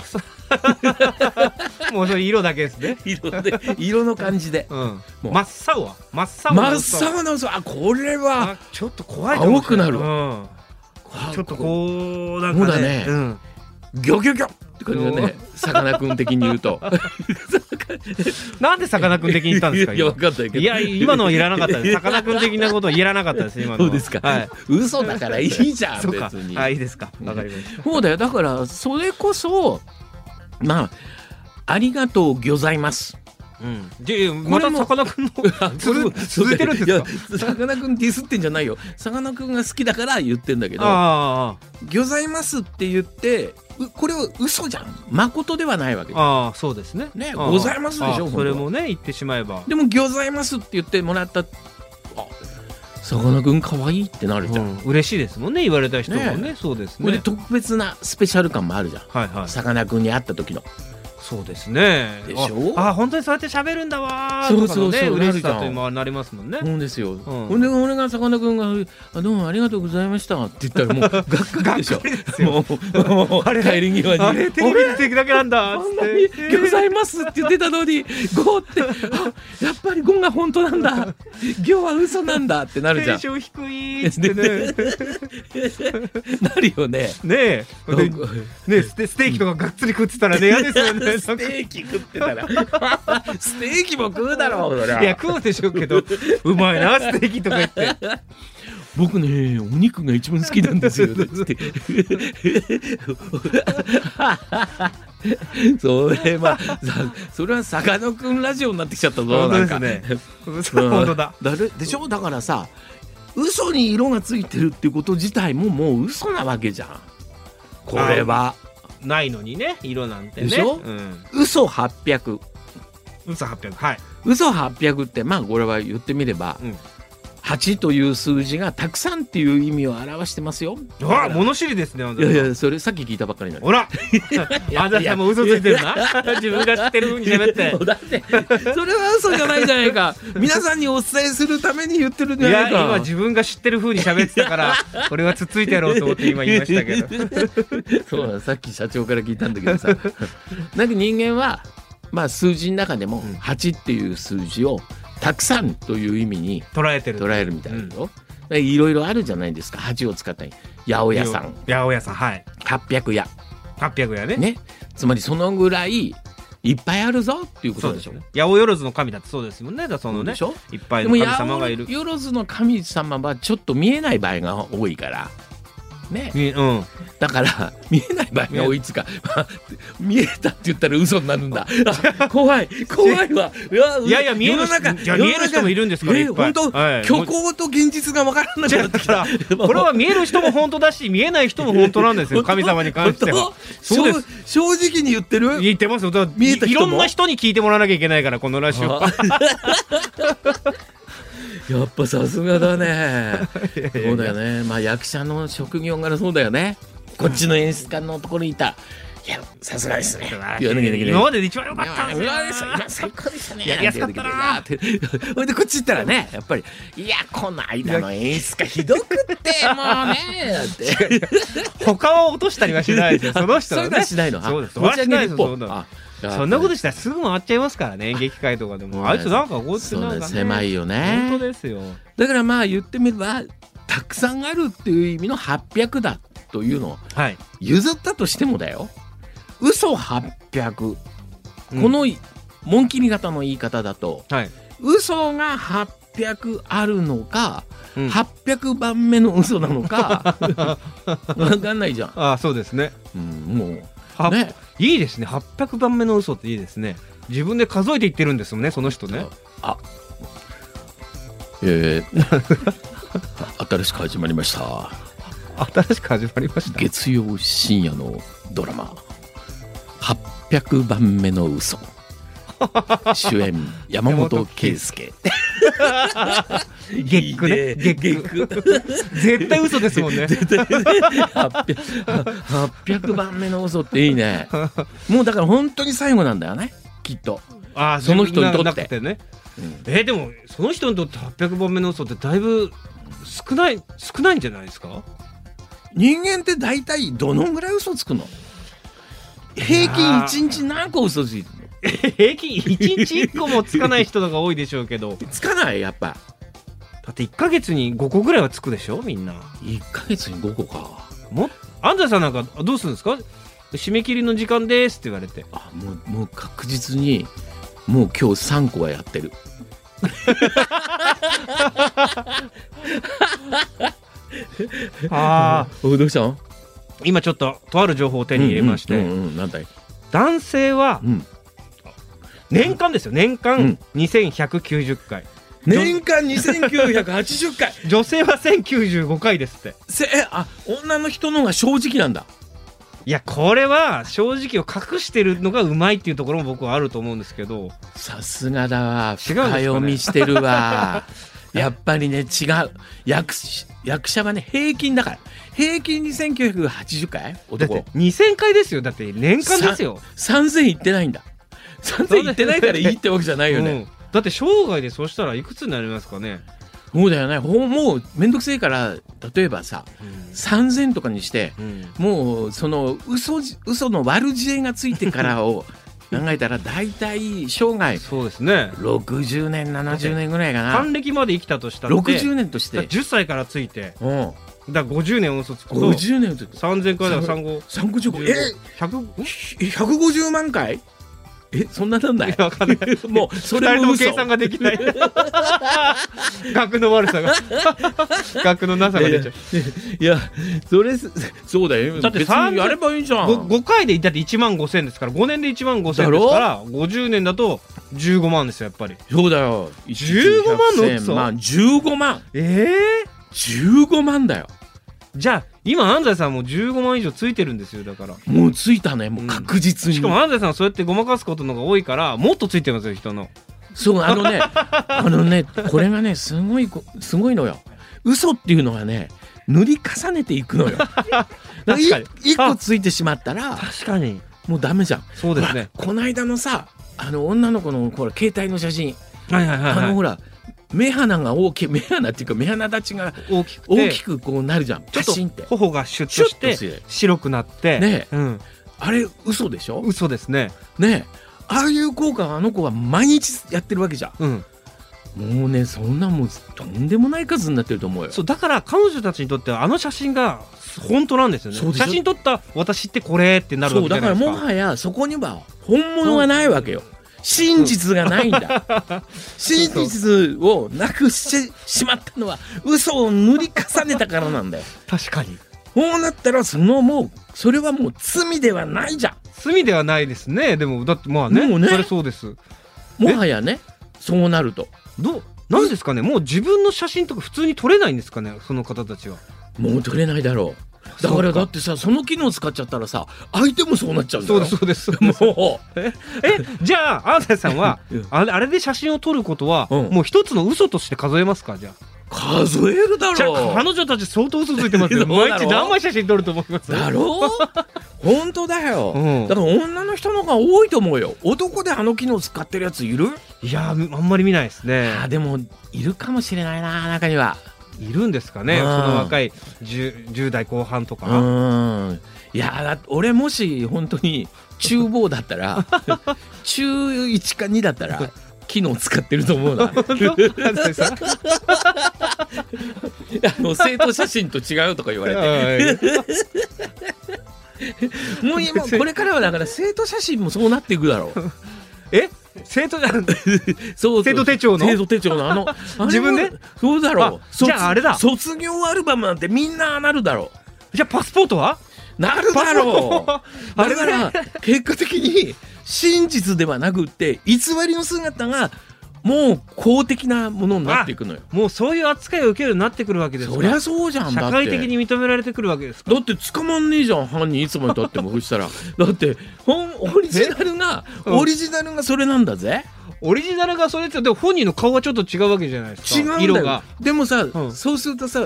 Speaker 2: [LAUGHS] もうそれ色だけですね
Speaker 1: 色で色の感
Speaker 2: [LAUGHS]
Speaker 1: じで
Speaker 2: うん
Speaker 1: もう
Speaker 2: 真っ青は真っ青な
Speaker 1: 真
Speaker 2: 嘘
Speaker 1: っ青な嘘あこれは
Speaker 2: あちょっと怖いかもし
Speaker 1: 青く
Speaker 2: れい
Speaker 1: なる
Speaker 2: うんちょっと
Speaker 1: う
Speaker 2: こうなんかね
Speaker 1: そうだね
Speaker 2: ん、
Speaker 1: ギョギョギョって感じだね
Speaker 2: [LAUGHS]
Speaker 1: さかなクン的に言うと
Speaker 2: なんでさかなクン的に言ったんですか
Speaker 1: いや
Speaker 2: 今
Speaker 1: 分かんないけど
Speaker 2: いや今のはいらなかった
Speaker 1: [LAUGHS]
Speaker 2: ですさかなクン的なことはいらなかったです今の
Speaker 1: そ
Speaker 2: は
Speaker 1: うですか、
Speaker 2: はい
Speaker 1: 嘘だからいいじゃん
Speaker 2: [LAUGHS] そう
Speaker 1: 別
Speaker 2: か
Speaker 1: に、
Speaker 2: あいいですかわかりました
Speaker 1: そうだよだからそれこそまあありがとうございます
Speaker 2: うんでまたさかなクンの [LAUGHS]
Speaker 1: [LAUGHS]
Speaker 2: 続続いてるんですか
Speaker 1: かさかなクンディスってんじゃないよさかなクンが好きだから言ってんだけど
Speaker 2: あ
Speaker 1: 「ございます」って言ってうこれは嘘じゃん誠ではないわけ
Speaker 2: あああそうですね
Speaker 1: ね
Speaker 2: ああ
Speaker 1: ございますでしょ
Speaker 2: ああ
Speaker 1: 本当は
Speaker 2: それもね言ってしまえば
Speaker 1: でも「ございます」って言ってもらったあさかなクンかわいいってなるじゃん、
Speaker 2: うん嬉しいですもんね言われた人も
Speaker 1: ね
Speaker 2: ねそうです
Speaker 1: これで
Speaker 2: ね
Speaker 1: 特別なスペシャル感もあるじゃん
Speaker 2: はいはい
Speaker 1: さかなクンに会った時の
Speaker 2: そうですね
Speaker 1: でしょ
Speaker 2: ああ本当にそうやって喋るんだわ
Speaker 1: そ
Speaker 2: ー
Speaker 1: う
Speaker 2: とかのね
Speaker 1: そうそう
Speaker 2: 嬉し
Speaker 1: なるじ
Speaker 2: さ
Speaker 1: ゃん
Speaker 2: というのはなりますもんね
Speaker 1: そうですよ、
Speaker 2: ん
Speaker 1: ほんで俺がさかなクンがあ「どうもありがとうございました」って言ったらもう [LAUGHS] がっかりでしょもうもう帰り際に
Speaker 2: あれテレビ出てるだけなんだっつって
Speaker 1: 「ございます」って言ってたのに「ご」ってあやっぱり「ご」が本当なんだ「行」は嘘なんだってなるじ
Speaker 2: テ
Speaker 1: ゃ
Speaker 2: ン
Speaker 1: ん
Speaker 2: ション低いっ
Speaker 1: [LAUGHS]
Speaker 2: つってね
Speaker 1: なるよね
Speaker 2: ねえ
Speaker 1: な
Speaker 2: で
Speaker 1: んか
Speaker 2: ねステステーキとかがっつり食ってたらね嫌です
Speaker 1: [LAUGHS]
Speaker 2: よね
Speaker 1: ステーキ食って [LAUGHS] たらステーキも食うだろうそりゃ
Speaker 2: いや食うでしょうけどうまいなステーキとか言って
Speaker 1: [LAUGHS] 僕ねお肉が一番好きなんですよねつって [LAUGHS] それはさそれはさかのくんラジオになってきちゃったぞ
Speaker 2: 本当
Speaker 1: な
Speaker 2: で
Speaker 1: んか
Speaker 2: すね
Speaker 1: うん
Speaker 2: 本当だ
Speaker 1: だれでしょだからさ嘘に色がついてるってこと自体ももう嘘なわけじゃんこれは
Speaker 2: ないのにね色なんてね
Speaker 1: でしょ
Speaker 2: うん
Speaker 1: 嘘800
Speaker 2: 嘘800はい
Speaker 1: 嘘800ってまあこれは言ってみれば、
Speaker 2: うん
Speaker 1: 8という数字がたくさんっていう意味を表してますよ
Speaker 2: あ物知りですねあん
Speaker 1: い
Speaker 2: た
Speaker 1: やいやそれさっき聞いたばっかりなんで
Speaker 2: ほらあんたさんも嘘ついてるな自分が知ってるふうに喋
Speaker 1: [LAUGHS]
Speaker 2: って
Speaker 1: だってそれは嘘じゃないじゃない
Speaker 2: [LAUGHS]
Speaker 1: か皆さんにお伝えするために言ってるんじゃ
Speaker 2: い
Speaker 1: な
Speaker 2: や
Speaker 1: [LAUGHS] いか
Speaker 2: 今自分が知ってる風に喋ってたから俺はつっついてやろうと思って今言いましたけど
Speaker 1: [LAUGHS] そうださっき社長から聞いたんだけ
Speaker 2: [LAUGHS]
Speaker 1: どさなんか人間は、まあ、数字の中でも
Speaker 2: うん
Speaker 1: 8っていう数字をたくさんという意味に
Speaker 2: 捉えてる
Speaker 1: 捉えるみたいなの、いろいろあるじゃないですか8を使ったり八百屋さん
Speaker 2: 八百屋さんはい
Speaker 1: 800屋
Speaker 2: 800やね
Speaker 1: ねつまりそのぐらいいっぱいあるぞっていうこ
Speaker 2: そ
Speaker 1: と
Speaker 2: う
Speaker 1: で
Speaker 2: で
Speaker 1: し
Speaker 2: し
Speaker 1: ょ
Speaker 2: ょ八百万の神だってそうですもんねだそのね
Speaker 1: でしょ
Speaker 2: いっぱい
Speaker 1: で
Speaker 2: の
Speaker 1: も
Speaker 2: 神
Speaker 1: 八
Speaker 2: 様がいる
Speaker 1: 百万の神様はちょっと見えない場合が多いからね
Speaker 2: にうん
Speaker 1: だから見えない場合が多いっつうか、 [LAUGHS] まあ見えたって言ったら嘘になるん
Speaker 2: [LAUGHS]
Speaker 1: だあ怖い怖いわうわう
Speaker 2: いやいや見える
Speaker 1: 世の中
Speaker 2: いや見える人もいるんですから
Speaker 1: え
Speaker 2: いっぱい
Speaker 1: 本当、
Speaker 2: はい
Speaker 1: 虚構と現実が分からなくなってきた
Speaker 2: これは見える人も本当だし見えない人も本当なんですよ神様に関しては
Speaker 1: 本当
Speaker 2: そうです
Speaker 1: 正正直に言ってる
Speaker 2: 言ってますよだから
Speaker 1: 見えた人も
Speaker 2: いろんな人に聞いてもらわなきゃいけないからこのラジオは
Speaker 1: やっぱさすがだねそうだよねまあ役者の職業柄そうだよねこっちの演出家のところにいたいやさすがですね言わなきゃいけない
Speaker 2: 今までで一番良かったんです
Speaker 1: い
Speaker 2: よ
Speaker 1: や今最高でしたね。
Speaker 2: やりやすかったな
Speaker 1: って言う時になって。ほいでこっち行ったらね、やっぱりいやこの間の演出がひどくってもうねって。
Speaker 2: 他を落としたりはしないですよその人
Speaker 1: そういう
Speaker 2: は
Speaker 1: のは
Speaker 2: ね
Speaker 1: しないの。
Speaker 2: そうです
Speaker 1: あ持ち上げる
Speaker 2: そ
Speaker 1: 一
Speaker 2: うそうそう
Speaker 1: 方。あ
Speaker 2: そんなことしたらすぐ回っちゃいますからね演劇界とかでもあいつなんかこうやって
Speaker 1: そう
Speaker 2: なん
Speaker 1: だ
Speaker 2: か
Speaker 1: よ
Speaker 2: ね
Speaker 1: 狭いよ
Speaker 2: 本当
Speaker 1: ね。
Speaker 2: ですよ
Speaker 1: だからまあ言ってみればたくさんあるっていう意味の800だというのを
Speaker 2: はい
Speaker 1: 譲ったとしてもだよ。嘘800。
Speaker 2: うん
Speaker 1: この文切り型の言い方だと。
Speaker 2: はい
Speaker 1: 嘘が8 800あるのか、
Speaker 2: うん
Speaker 1: 800番目の嘘なの [LAUGHS] かわかんないじゃん、
Speaker 2: ああそうですね
Speaker 1: うん、もう
Speaker 2: は
Speaker 1: ね
Speaker 2: いいですね800番目の嘘っていいですね自分で数えていってるんですもんねその人ね
Speaker 1: えー [LAUGHS] 新しく始まりました
Speaker 2: 新しく始まりました
Speaker 1: 月曜深夜のドラマ800番目の嘘 [LAUGHS] 主演山本圭 [LAUGHS] 介
Speaker 2: ゲックねゲック絶対嘘ですもんね
Speaker 1: 800, 800番目の嘘っていいねもうだから本当に最後なんだよねきっと
Speaker 2: ああ
Speaker 1: その人にとって
Speaker 2: なくね
Speaker 1: うん
Speaker 2: えーでもその人にとって800番目の嘘ってだいぶ少ない少ないんじゃないですか
Speaker 1: 人間って大体どのぐらい嘘つくの平均一日何個嘘ついてるの
Speaker 2: 平均1日1個もつかない人の方が多いでしょうけ [LAUGHS] どだ
Speaker 1: つかないやっぱ
Speaker 2: って1ヶ月に5個ぐらいはつくでしょみんな
Speaker 1: 1ヶ月に5個か
Speaker 2: も安西さんなんかどうするんですか締め切りの時間ですって言われ [LAUGHS] て
Speaker 1: あもうもう確実にもう今日3個はやってる
Speaker 2: ああ
Speaker 1: おどうしたの
Speaker 2: 今ちょっととある情報を手に入れまして、
Speaker 1: うんうんうんうんなんだい
Speaker 2: 男性は
Speaker 1: うん
Speaker 2: 年間ですよ年
Speaker 1: うん
Speaker 2: 間2190回、
Speaker 1: 年間2980回
Speaker 2: 女性は1095回ですって
Speaker 1: せえあ女の人の方が正直なんだ
Speaker 2: いやこれは正直を隠してるのがうまいっていうところも僕はあると思うんですけど
Speaker 1: さすがだわ
Speaker 2: 違うんですか
Speaker 1: 深
Speaker 2: ね
Speaker 1: 読みしてるわやっぱりね違う役役者はね平均だから平均2980回
Speaker 2: だって
Speaker 1: 男
Speaker 2: 2000回ですよだって年間ですよ
Speaker 1: 3000いってないんだ3000いってないからいいってわけじゃないよね、
Speaker 2: うんだって生涯でそうしたらいくつになりますかね、
Speaker 1: そうだよねほもうめんどくせえから例えばさ3000とかにして
Speaker 2: うん
Speaker 1: もうその嘘じ嘘の悪知恵がついてから [LAUGHS] を考えたら大体生涯
Speaker 2: そうですね
Speaker 1: 60年70年ぐらいかな
Speaker 2: 還暦まで生きたとしたって
Speaker 1: 60年とし
Speaker 2: だから
Speaker 1: て、
Speaker 2: 10歳からついて
Speaker 1: うん、
Speaker 2: だから50年嘘つくと
Speaker 1: 50年と
Speaker 2: 3000回だから3五
Speaker 1: 3 5 5え
Speaker 2: 100
Speaker 1: 150万回えそんななんない
Speaker 2: [LAUGHS] いやわかんない
Speaker 1: もうそ
Speaker 2: 二
Speaker 1: れ
Speaker 2: 人
Speaker 1: も
Speaker 2: の
Speaker 1: 嘘
Speaker 2: 計算ができ [LAUGHS] ない額の悪 [LAUGHS] さが額のなさが出ちゃう
Speaker 1: いやそれそうだよ
Speaker 2: だって
Speaker 1: 別にやればいいじゃん
Speaker 2: 5, 回でだって1万5000ですから5年で1万5000です
Speaker 1: だろ
Speaker 2: から50年だと15万ですよやっぱり
Speaker 1: そうだよ
Speaker 2: 15万の嘘
Speaker 1: まあ15万
Speaker 2: ええ
Speaker 1: 15万だよ
Speaker 2: じゃあ今安西さんも15万以上ついてるんですよだから
Speaker 1: もうついたねもう確実に、
Speaker 2: しかも安西さんはそうやってごまかすことの方が多いからもっとついてますよ人の
Speaker 1: そうあの
Speaker 2: [LAUGHS]
Speaker 1: ねあのねこれがねすごいこすごいのよ嘘っていうのはね塗り重ねていく
Speaker 2: [LAUGHS]
Speaker 1: のよ
Speaker 2: かに
Speaker 1: い一個ついてしまったら
Speaker 2: 確かに
Speaker 1: もうダメじゃん
Speaker 2: そうですね
Speaker 1: ほらこの間のさあの女の子のほら携帯の写真、
Speaker 2: [LAUGHS] はいはいはい、
Speaker 1: あの
Speaker 2: は
Speaker 1: ほら目鼻が大きい目鼻っていうか目鼻立ちが
Speaker 2: い、大きくて
Speaker 1: 大きくこうなるじゃん
Speaker 2: ちょ
Speaker 1: パ
Speaker 2: っと
Speaker 1: シンって
Speaker 2: 頬がシュッとし
Speaker 1: シュッと
Speaker 2: て
Speaker 1: する
Speaker 2: 白くなって
Speaker 1: ね
Speaker 2: うん
Speaker 1: あれ嘘でしょ
Speaker 2: 嘘ですね
Speaker 1: ねえああいう効果はあの子は毎日やってるわけじゃん
Speaker 2: うん
Speaker 1: もうねそんなもうとんでもない数になってると思うよ
Speaker 2: そうだから彼女たちにとってはあの写真が本当なんですよ
Speaker 1: そう
Speaker 2: ね
Speaker 1: でしょ
Speaker 2: 写真撮った私ってこれってなるわ
Speaker 1: そ
Speaker 2: け
Speaker 1: う
Speaker 2: じ
Speaker 1: だから
Speaker 2: ゃないです
Speaker 1: も
Speaker 2: か
Speaker 1: はやそこには本物がないわけよ真実がないんだ真実をなくしてしまったのは嘘を塗り重ねたからなんだよ
Speaker 2: 確かに
Speaker 1: こうなったらそのもうそれはもう罪ではないじゃ
Speaker 2: 罪ではないですねでもだってまあね
Speaker 1: もうね
Speaker 2: それそうです
Speaker 1: んもはやねそうなると
Speaker 2: どうなんですかねもう自分の写真とか普通に撮れないんですかねその方たちは
Speaker 1: もう取れないだろうだか
Speaker 2: そう
Speaker 1: らだってさその機能使っちゃったらさ相手もそうなっちゃうんだ
Speaker 2: そ
Speaker 1: よ
Speaker 2: うですそうです
Speaker 1: [LAUGHS] もう
Speaker 2: えじゃあ安西さんは
Speaker 1: うん
Speaker 2: あれあれで写真を撮ることは、
Speaker 1: うん
Speaker 2: もう一つの嘘として数えますかじゃあ
Speaker 1: 数えるだ
Speaker 2: じゃあ
Speaker 1: ろう
Speaker 2: 彼女たち相当嘘ついてますよ
Speaker 1: [LAUGHS] そうだろ
Speaker 2: 毎日何枚写真撮ると思います
Speaker 1: だろ
Speaker 2: [LAUGHS]
Speaker 1: う本当だよ、
Speaker 2: うん
Speaker 1: だから女の人の方が多いと思うよ男であの機能使ってるやついる
Speaker 2: いやーあんまり見ないですね
Speaker 1: あでもいるかもしれないな中にはい
Speaker 2: るんですかね
Speaker 1: う
Speaker 2: そ
Speaker 1: ん
Speaker 2: の若い 10, 10代後半と
Speaker 1: う
Speaker 2: か
Speaker 1: ーんいやだ俺もし本当に厨房だった
Speaker 2: [LAUGHS]
Speaker 1: ら中1か2だったら機能使ってると
Speaker 2: [LAUGHS]
Speaker 1: 思うなあ
Speaker 2: 本当安西さん
Speaker 1: の生徒写真と違うとか言われてもう今これからはだから生徒写真もそうなっていくだろう
Speaker 2: え生徒じゃん [LAUGHS]
Speaker 1: そうそう
Speaker 2: 生徒手帳の
Speaker 1: 生徒手帳のあのあれも
Speaker 2: [LAUGHS] 自分で
Speaker 1: そうだろう
Speaker 2: あ
Speaker 1: 卒
Speaker 2: じゃああれだ
Speaker 1: 卒業アルバムなんてみんななるだろ
Speaker 2: じゃあパスポートは
Speaker 1: うなるだろう
Speaker 2: あ
Speaker 1: だ
Speaker 2: れ
Speaker 1: か
Speaker 2: ね
Speaker 1: ら [LAUGHS] 結果的に真実ではなくって偽りの姿がもう公的なものになっていくのよ
Speaker 2: もうそういう扱いを受けるようになってくるわけですか
Speaker 1: そりゃそうじゃん
Speaker 2: 社
Speaker 1: だって
Speaker 2: 会的に認められてくるわけですか
Speaker 1: だって捕まんねえじゃん犯人いつまでた
Speaker 2: [LAUGHS]
Speaker 1: ってもそしたらだって本オリジナルが
Speaker 2: うん
Speaker 1: オリジナルがそれなんだぜ
Speaker 2: オリジナルがそれってでも本人の顔がちょっと違うわけじゃないですか
Speaker 1: 違うんだよ
Speaker 2: 色が
Speaker 1: でもさ、
Speaker 2: うん
Speaker 1: そうするとさ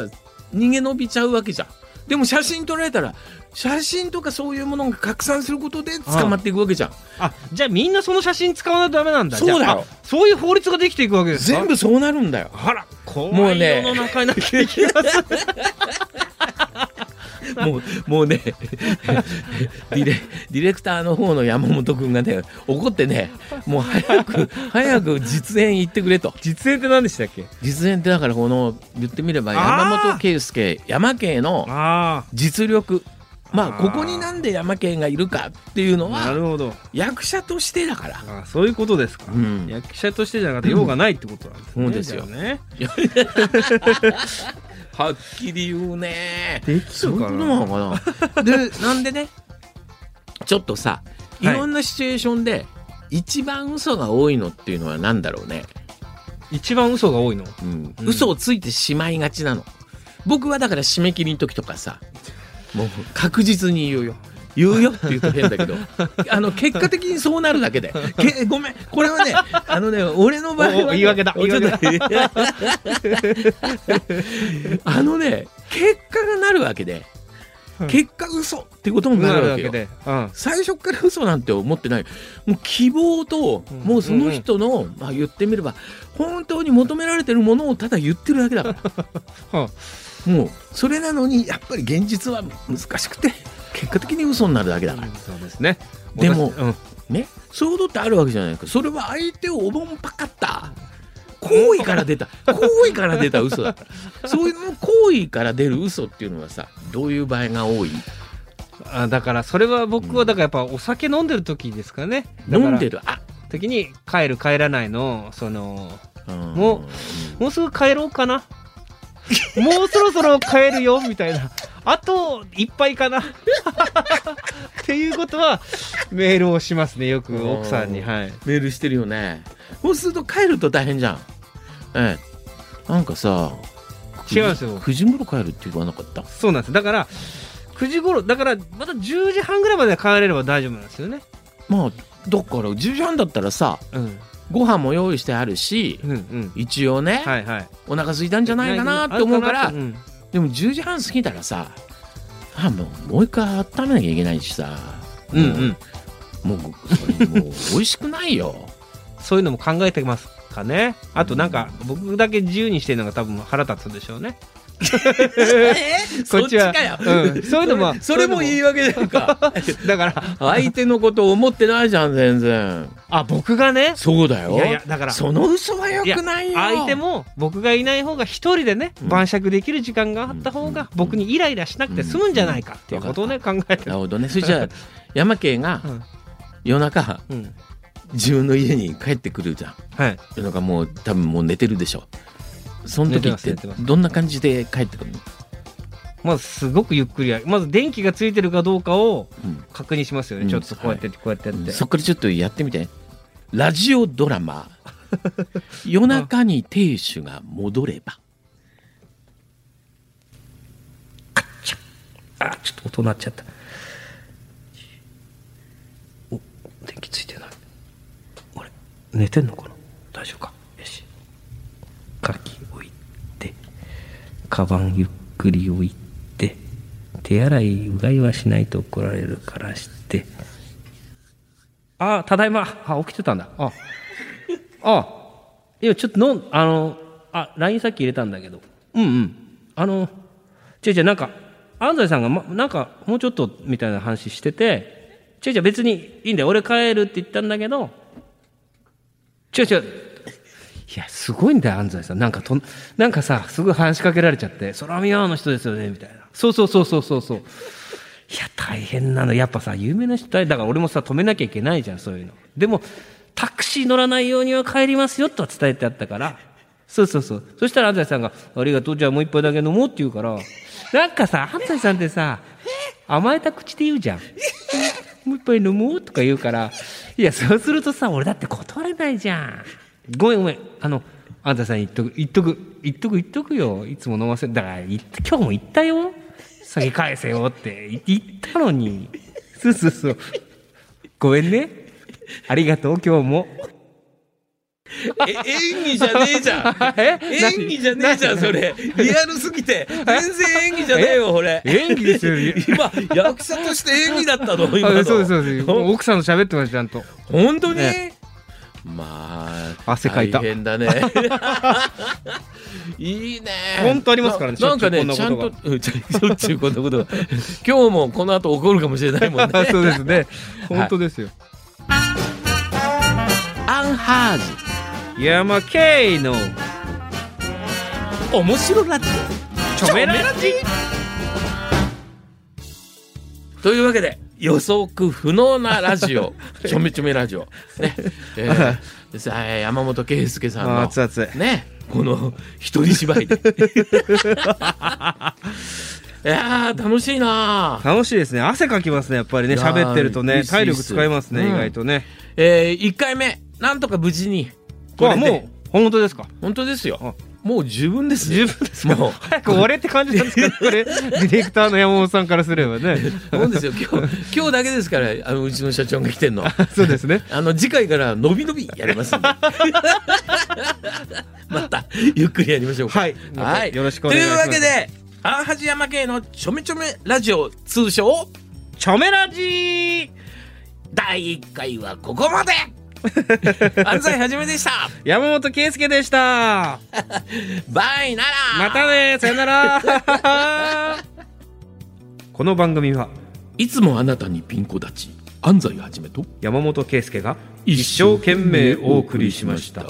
Speaker 1: 逃げ延びちゃうわけじゃんでも写真撮られたら写真とかそういうものが拡散することで捕まっていくわけじゃん
Speaker 2: あじゃあみんなその写真使わないとダメなんだ
Speaker 1: そうだよ
Speaker 2: じゃああそういう法律ができていくわけですか
Speaker 1: 全部そうなるんだよ
Speaker 2: あら怖
Speaker 1: もう
Speaker 2: い
Speaker 1: ね
Speaker 2: 世の中になっていき
Speaker 1: [LAUGHS]
Speaker 2: ます
Speaker 1: もうもうねディレディレクターの方の山本君がね怒ってねもう早く早く実演行ってくれと
Speaker 2: 実演って何でしたっけ
Speaker 1: 実演ってだからこの言ってみれば山本圭介山圭の
Speaker 2: あ
Speaker 1: 実力ま
Speaker 2: あ
Speaker 1: あ
Speaker 2: ー
Speaker 1: ここになんで山圭がいるかっていうの
Speaker 2: あな
Speaker 1: は
Speaker 2: るほど
Speaker 1: 役者としてだから。
Speaker 2: あそういうことですか、
Speaker 1: うん
Speaker 2: 役者としてじゃなくて用がないってことなんですね、
Speaker 1: そうですよ
Speaker 2: じゃあね
Speaker 1: はっきり言うね
Speaker 2: でき
Speaker 1: そういう
Speaker 2: るか
Speaker 1: こと
Speaker 2: な
Speaker 1: なのかなでなんでねちょっとさい
Speaker 2: はい
Speaker 1: ろんなシチュエーションで一番嘘が多いのっていうのは何だろうね、
Speaker 2: 一番嘘が多いの
Speaker 1: うん
Speaker 2: うん
Speaker 1: 嘘をついてしまいがちなの僕はだから締め切りの時とかさもう確実に言うよ言うよって言うと変だけ
Speaker 2: [LAUGHS]
Speaker 1: どあの結果的にそうなるだけでけごめんこれはねあのね俺の場合はね、
Speaker 2: おお言い訳だ
Speaker 1: ちょっと
Speaker 2: 言
Speaker 1: [LAUGHS] あのね結果がなるわけで
Speaker 2: うん
Speaker 1: 結果嘘ってことにな
Speaker 2: な
Speaker 1: る
Speaker 2: る
Speaker 1: わ
Speaker 2: わ
Speaker 1: け
Speaker 2: け
Speaker 1: よ
Speaker 2: で、うん、
Speaker 1: 最初から嘘なんて思ってないもう希望と
Speaker 2: うん
Speaker 1: もうその人の、まあ、言ってみれば本当に求められてるものをただ言ってるだけだから
Speaker 2: は [LAUGHS]
Speaker 1: もうそれなのにやっぱり現実は難しくて結果的に嘘になるだけだから、
Speaker 2: そうですね
Speaker 1: でも
Speaker 2: 私うん
Speaker 1: ねそういうことってあるわけじゃないかそれは相手をおぼんぱかった行為から出た行為から出た嘘だ
Speaker 2: [LAUGHS]
Speaker 1: からそういうの行為から出る嘘っていうのはさどういう場合が多い
Speaker 2: あだからそれは僕はだからやっぱお酒飲んでる時ですかねだから
Speaker 1: 飲んでるあ、
Speaker 2: 時に帰る帰らないのその
Speaker 1: うん
Speaker 2: もうもうすぐ帰ろうかなもうそろそろ帰るよみたいなあといっぱいか [LAUGHS] なっていうことはメールをしますねよく奥さんに
Speaker 1: うん
Speaker 2: はい
Speaker 1: メールしてるよねそうすると帰ると大変じゃんええなんかさ
Speaker 2: 違うんですよ
Speaker 1: 9時頃帰るって言わなかった
Speaker 2: そうなんですだから9時頃だからまた10時半ぐらいまで帰れれば大丈夫なんですよね
Speaker 1: まあだから10時半だったらさ
Speaker 2: うん
Speaker 1: ご飯も用意してあるし
Speaker 2: うんうん
Speaker 1: 一応ね、
Speaker 2: はいはい
Speaker 1: お腹空いたんじゃないかなって思うから
Speaker 2: うん
Speaker 1: でも10時半過ぎたらさあもうもう一回温めなきゃいけないしさ
Speaker 2: うんうん
Speaker 1: もうもうそれもう美味しくない
Speaker 2: [LAUGHS]
Speaker 1: よ
Speaker 2: そういうのも考えてますかねあとなんか僕だけ自由にしてるのが多分腹立つでしょ
Speaker 1: [LAUGHS]
Speaker 2: うねこっちは
Speaker 1: そっちかよ、
Speaker 2: うんそういうのも
Speaker 1: それも言い訳じゃん
Speaker 2: [LAUGHS]
Speaker 1: か
Speaker 2: だから
Speaker 1: 相手のことを思ってないじゃん全然
Speaker 2: あ僕がね
Speaker 1: そうだよ
Speaker 2: いやいやだから
Speaker 1: その嘘は良くないよ
Speaker 2: 相手も僕がいない方が一人でね
Speaker 1: うん
Speaker 2: 晩酌できる時間があった方
Speaker 1: うん
Speaker 2: が僕にイライラしなくて済むんじゃないかっていうことをね考
Speaker 1: な
Speaker 2: えてる
Speaker 1: るほどねそれじゃあ山家が
Speaker 2: うん
Speaker 1: 夜中
Speaker 2: うん
Speaker 1: 自分の家に帰ってくるじゃん
Speaker 2: はい
Speaker 1: 夜中もう多分もう寝てるでしょその時っ
Speaker 2: 寝てます寝
Speaker 1: て
Speaker 2: てます
Speaker 1: どんな感じで帰ってくるの、
Speaker 2: まずすごくゆっくりやまず電気がついてるかどうかを
Speaker 1: うん
Speaker 2: 確認しますよ
Speaker 1: う
Speaker 2: ね
Speaker 1: ん
Speaker 2: ちょっとこうやってこうやってやって
Speaker 1: そっからちょっとやってみてラジオドラ
Speaker 2: [LAUGHS]
Speaker 1: マ「夜中に亭主が戻れば
Speaker 2: あちょっと音鳴っちゃったお電気ついてないあれ寝てんのかな大丈夫かよし鍵置いてカバンゆっくり置いて手洗いうがいはしないと怒られるからしてあただいまあ起きてたんだああ今ちょっとのんあのあ LINE さっき入れたんだけどうんうんあの違う違うなんか安西さんが、ま、なんかもうちょっとみたいな話してて違う違う別にいいんだよ俺帰るって言ったんだけど違う違ういやすごいんだよ安西さんなんかとんなんかさすごい話しかけられちゃって「空見合うの人ですよね」みたいなそうそうそうそうそうそういや大変なのやっぱさ有名な人だから俺もさ止めなきゃいけないじゃんそういうのでもタクシー乗らないようには帰りますよとは伝えてあったからそうそうそうそしたら安西さんが「ありがとうじゃあもう一杯だけ飲もう」って言うからなんかさ安西さんってさ甘えた口で言うじゃん「もう一杯飲もう」とか言うからいやそうするとさ俺だって断れないじゃんごめんごめんあの安西さん言っとく言っとく言っとく言っとくよいつも飲ませだから言って今日も言ったよ酒返せよって言ったのにそうそうそうごめんねありがとう今日も
Speaker 1: え演技じゃねえじゃ
Speaker 2: [LAUGHS]
Speaker 1: ん
Speaker 2: え
Speaker 1: 演技じゃねえじゃんそれリアルすぎて全然演技じゃねえよこれ
Speaker 2: 演技ですよ
Speaker 1: 今役者として演技だったの今
Speaker 2: あ
Speaker 1: の
Speaker 2: そうですそうです
Speaker 1: ほん
Speaker 2: 奥さんと喋ってましたちゃんと
Speaker 1: 本当に、
Speaker 2: え
Speaker 1: まあ
Speaker 2: 汗かいた
Speaker 1: 大変
Speaker 2: [LAUGHS]
Speaker 1: だねいいね
Speaker 2: 本当ありますからね
Speaker 1: ななんかね
Speaker 2: し
Speaker 1: ちゃ
Speaker 2: ょっちゅうんこんなこと
Speaker 1: うんちゃんしょっちゅうこんなことが今日もこの後怒るかもしれないもんね
Speaker 2: [LAUGHS] そうですね
Speaker 1: はい
Speaker 2: 本当ですよ、
Speaker 1: アンハージ
Speaker 2: 山系の
Speaker 1: 面白ラジ
Speaker 2: チョメラジ
Speaker 1: オというわけで予測不能なラジ
Speaker 2: [LAUGHS]
Speaker 1: オちょめちょめラジオね、えーさあ山本圭介さん
Speaker 2: あ
Speaker 1: の
Speaker 2: 熱々
Speaker 1: ねこの一人芝
Speaker 2: [LAUGHS]
Speaker 1: 居でいやー楽しいなー
Speaker 2: 楽しいですね汗かきますねやっぱりね
Speaker 1: いやー
Speaker 2: 喋ってる
Speaker 1: い
Speaker 2: と
Speaker 1: い
Speaker 2: ね
Speaker 1: っす
Speaker 2: 体力使います
Speaker 1: い
Speaker 2: ね
Speaker 1: いっ
Speaker 2: 意
Speaker 1: す
Speaker 2: 外とね、
Speaker 1: えー、1回目なんとか無事に
Speaker 2: あ
Speaker 1: これで
Speaker 2: もう本当ですか
Speaker 1: 本当ですよもう十分です
Speaker 2: 十
Speaker 1: よ
Speaker 2: 分です
Speaker 1: もう
Speaker 2: 早く終われって感じなんですけどこ [LAUGHS] れディレクターの山本さんからすればね
Speaker 1: もうですよ今日今日だけですからあのうちの社長が来てん
Speaker 2: [LAUGHS]
Speaker 1: の
Speaker 2: そうですね
Speaker 1: あの次回から伸び伸びやりますん
Speaker 2: [LAUGHS]
Speaker 1: でまたゆっくりやりましょうか
Speaker 2: はい
Speaker 1: はい
Speaker 2: よろしくお願いします
Speaker 1: というわけでアンハジ山系のちょめちょめラジオ通称
Speaker 2: チョメラジー
Speaker 1: 第1回はここ
Speaker 2: [LAUGHS]
Speaker 1: まで安西はじめでした
Speaker 2: 山本圭介でした
Speaker 1: バイなら
Speaker 2: またねさよな [LAUGHS] らこの番組はい
Speaker 1: つもあなたにピンコ立ち安西はじめと
Speaker 2: 山本圭介が一生懸命お送りしました。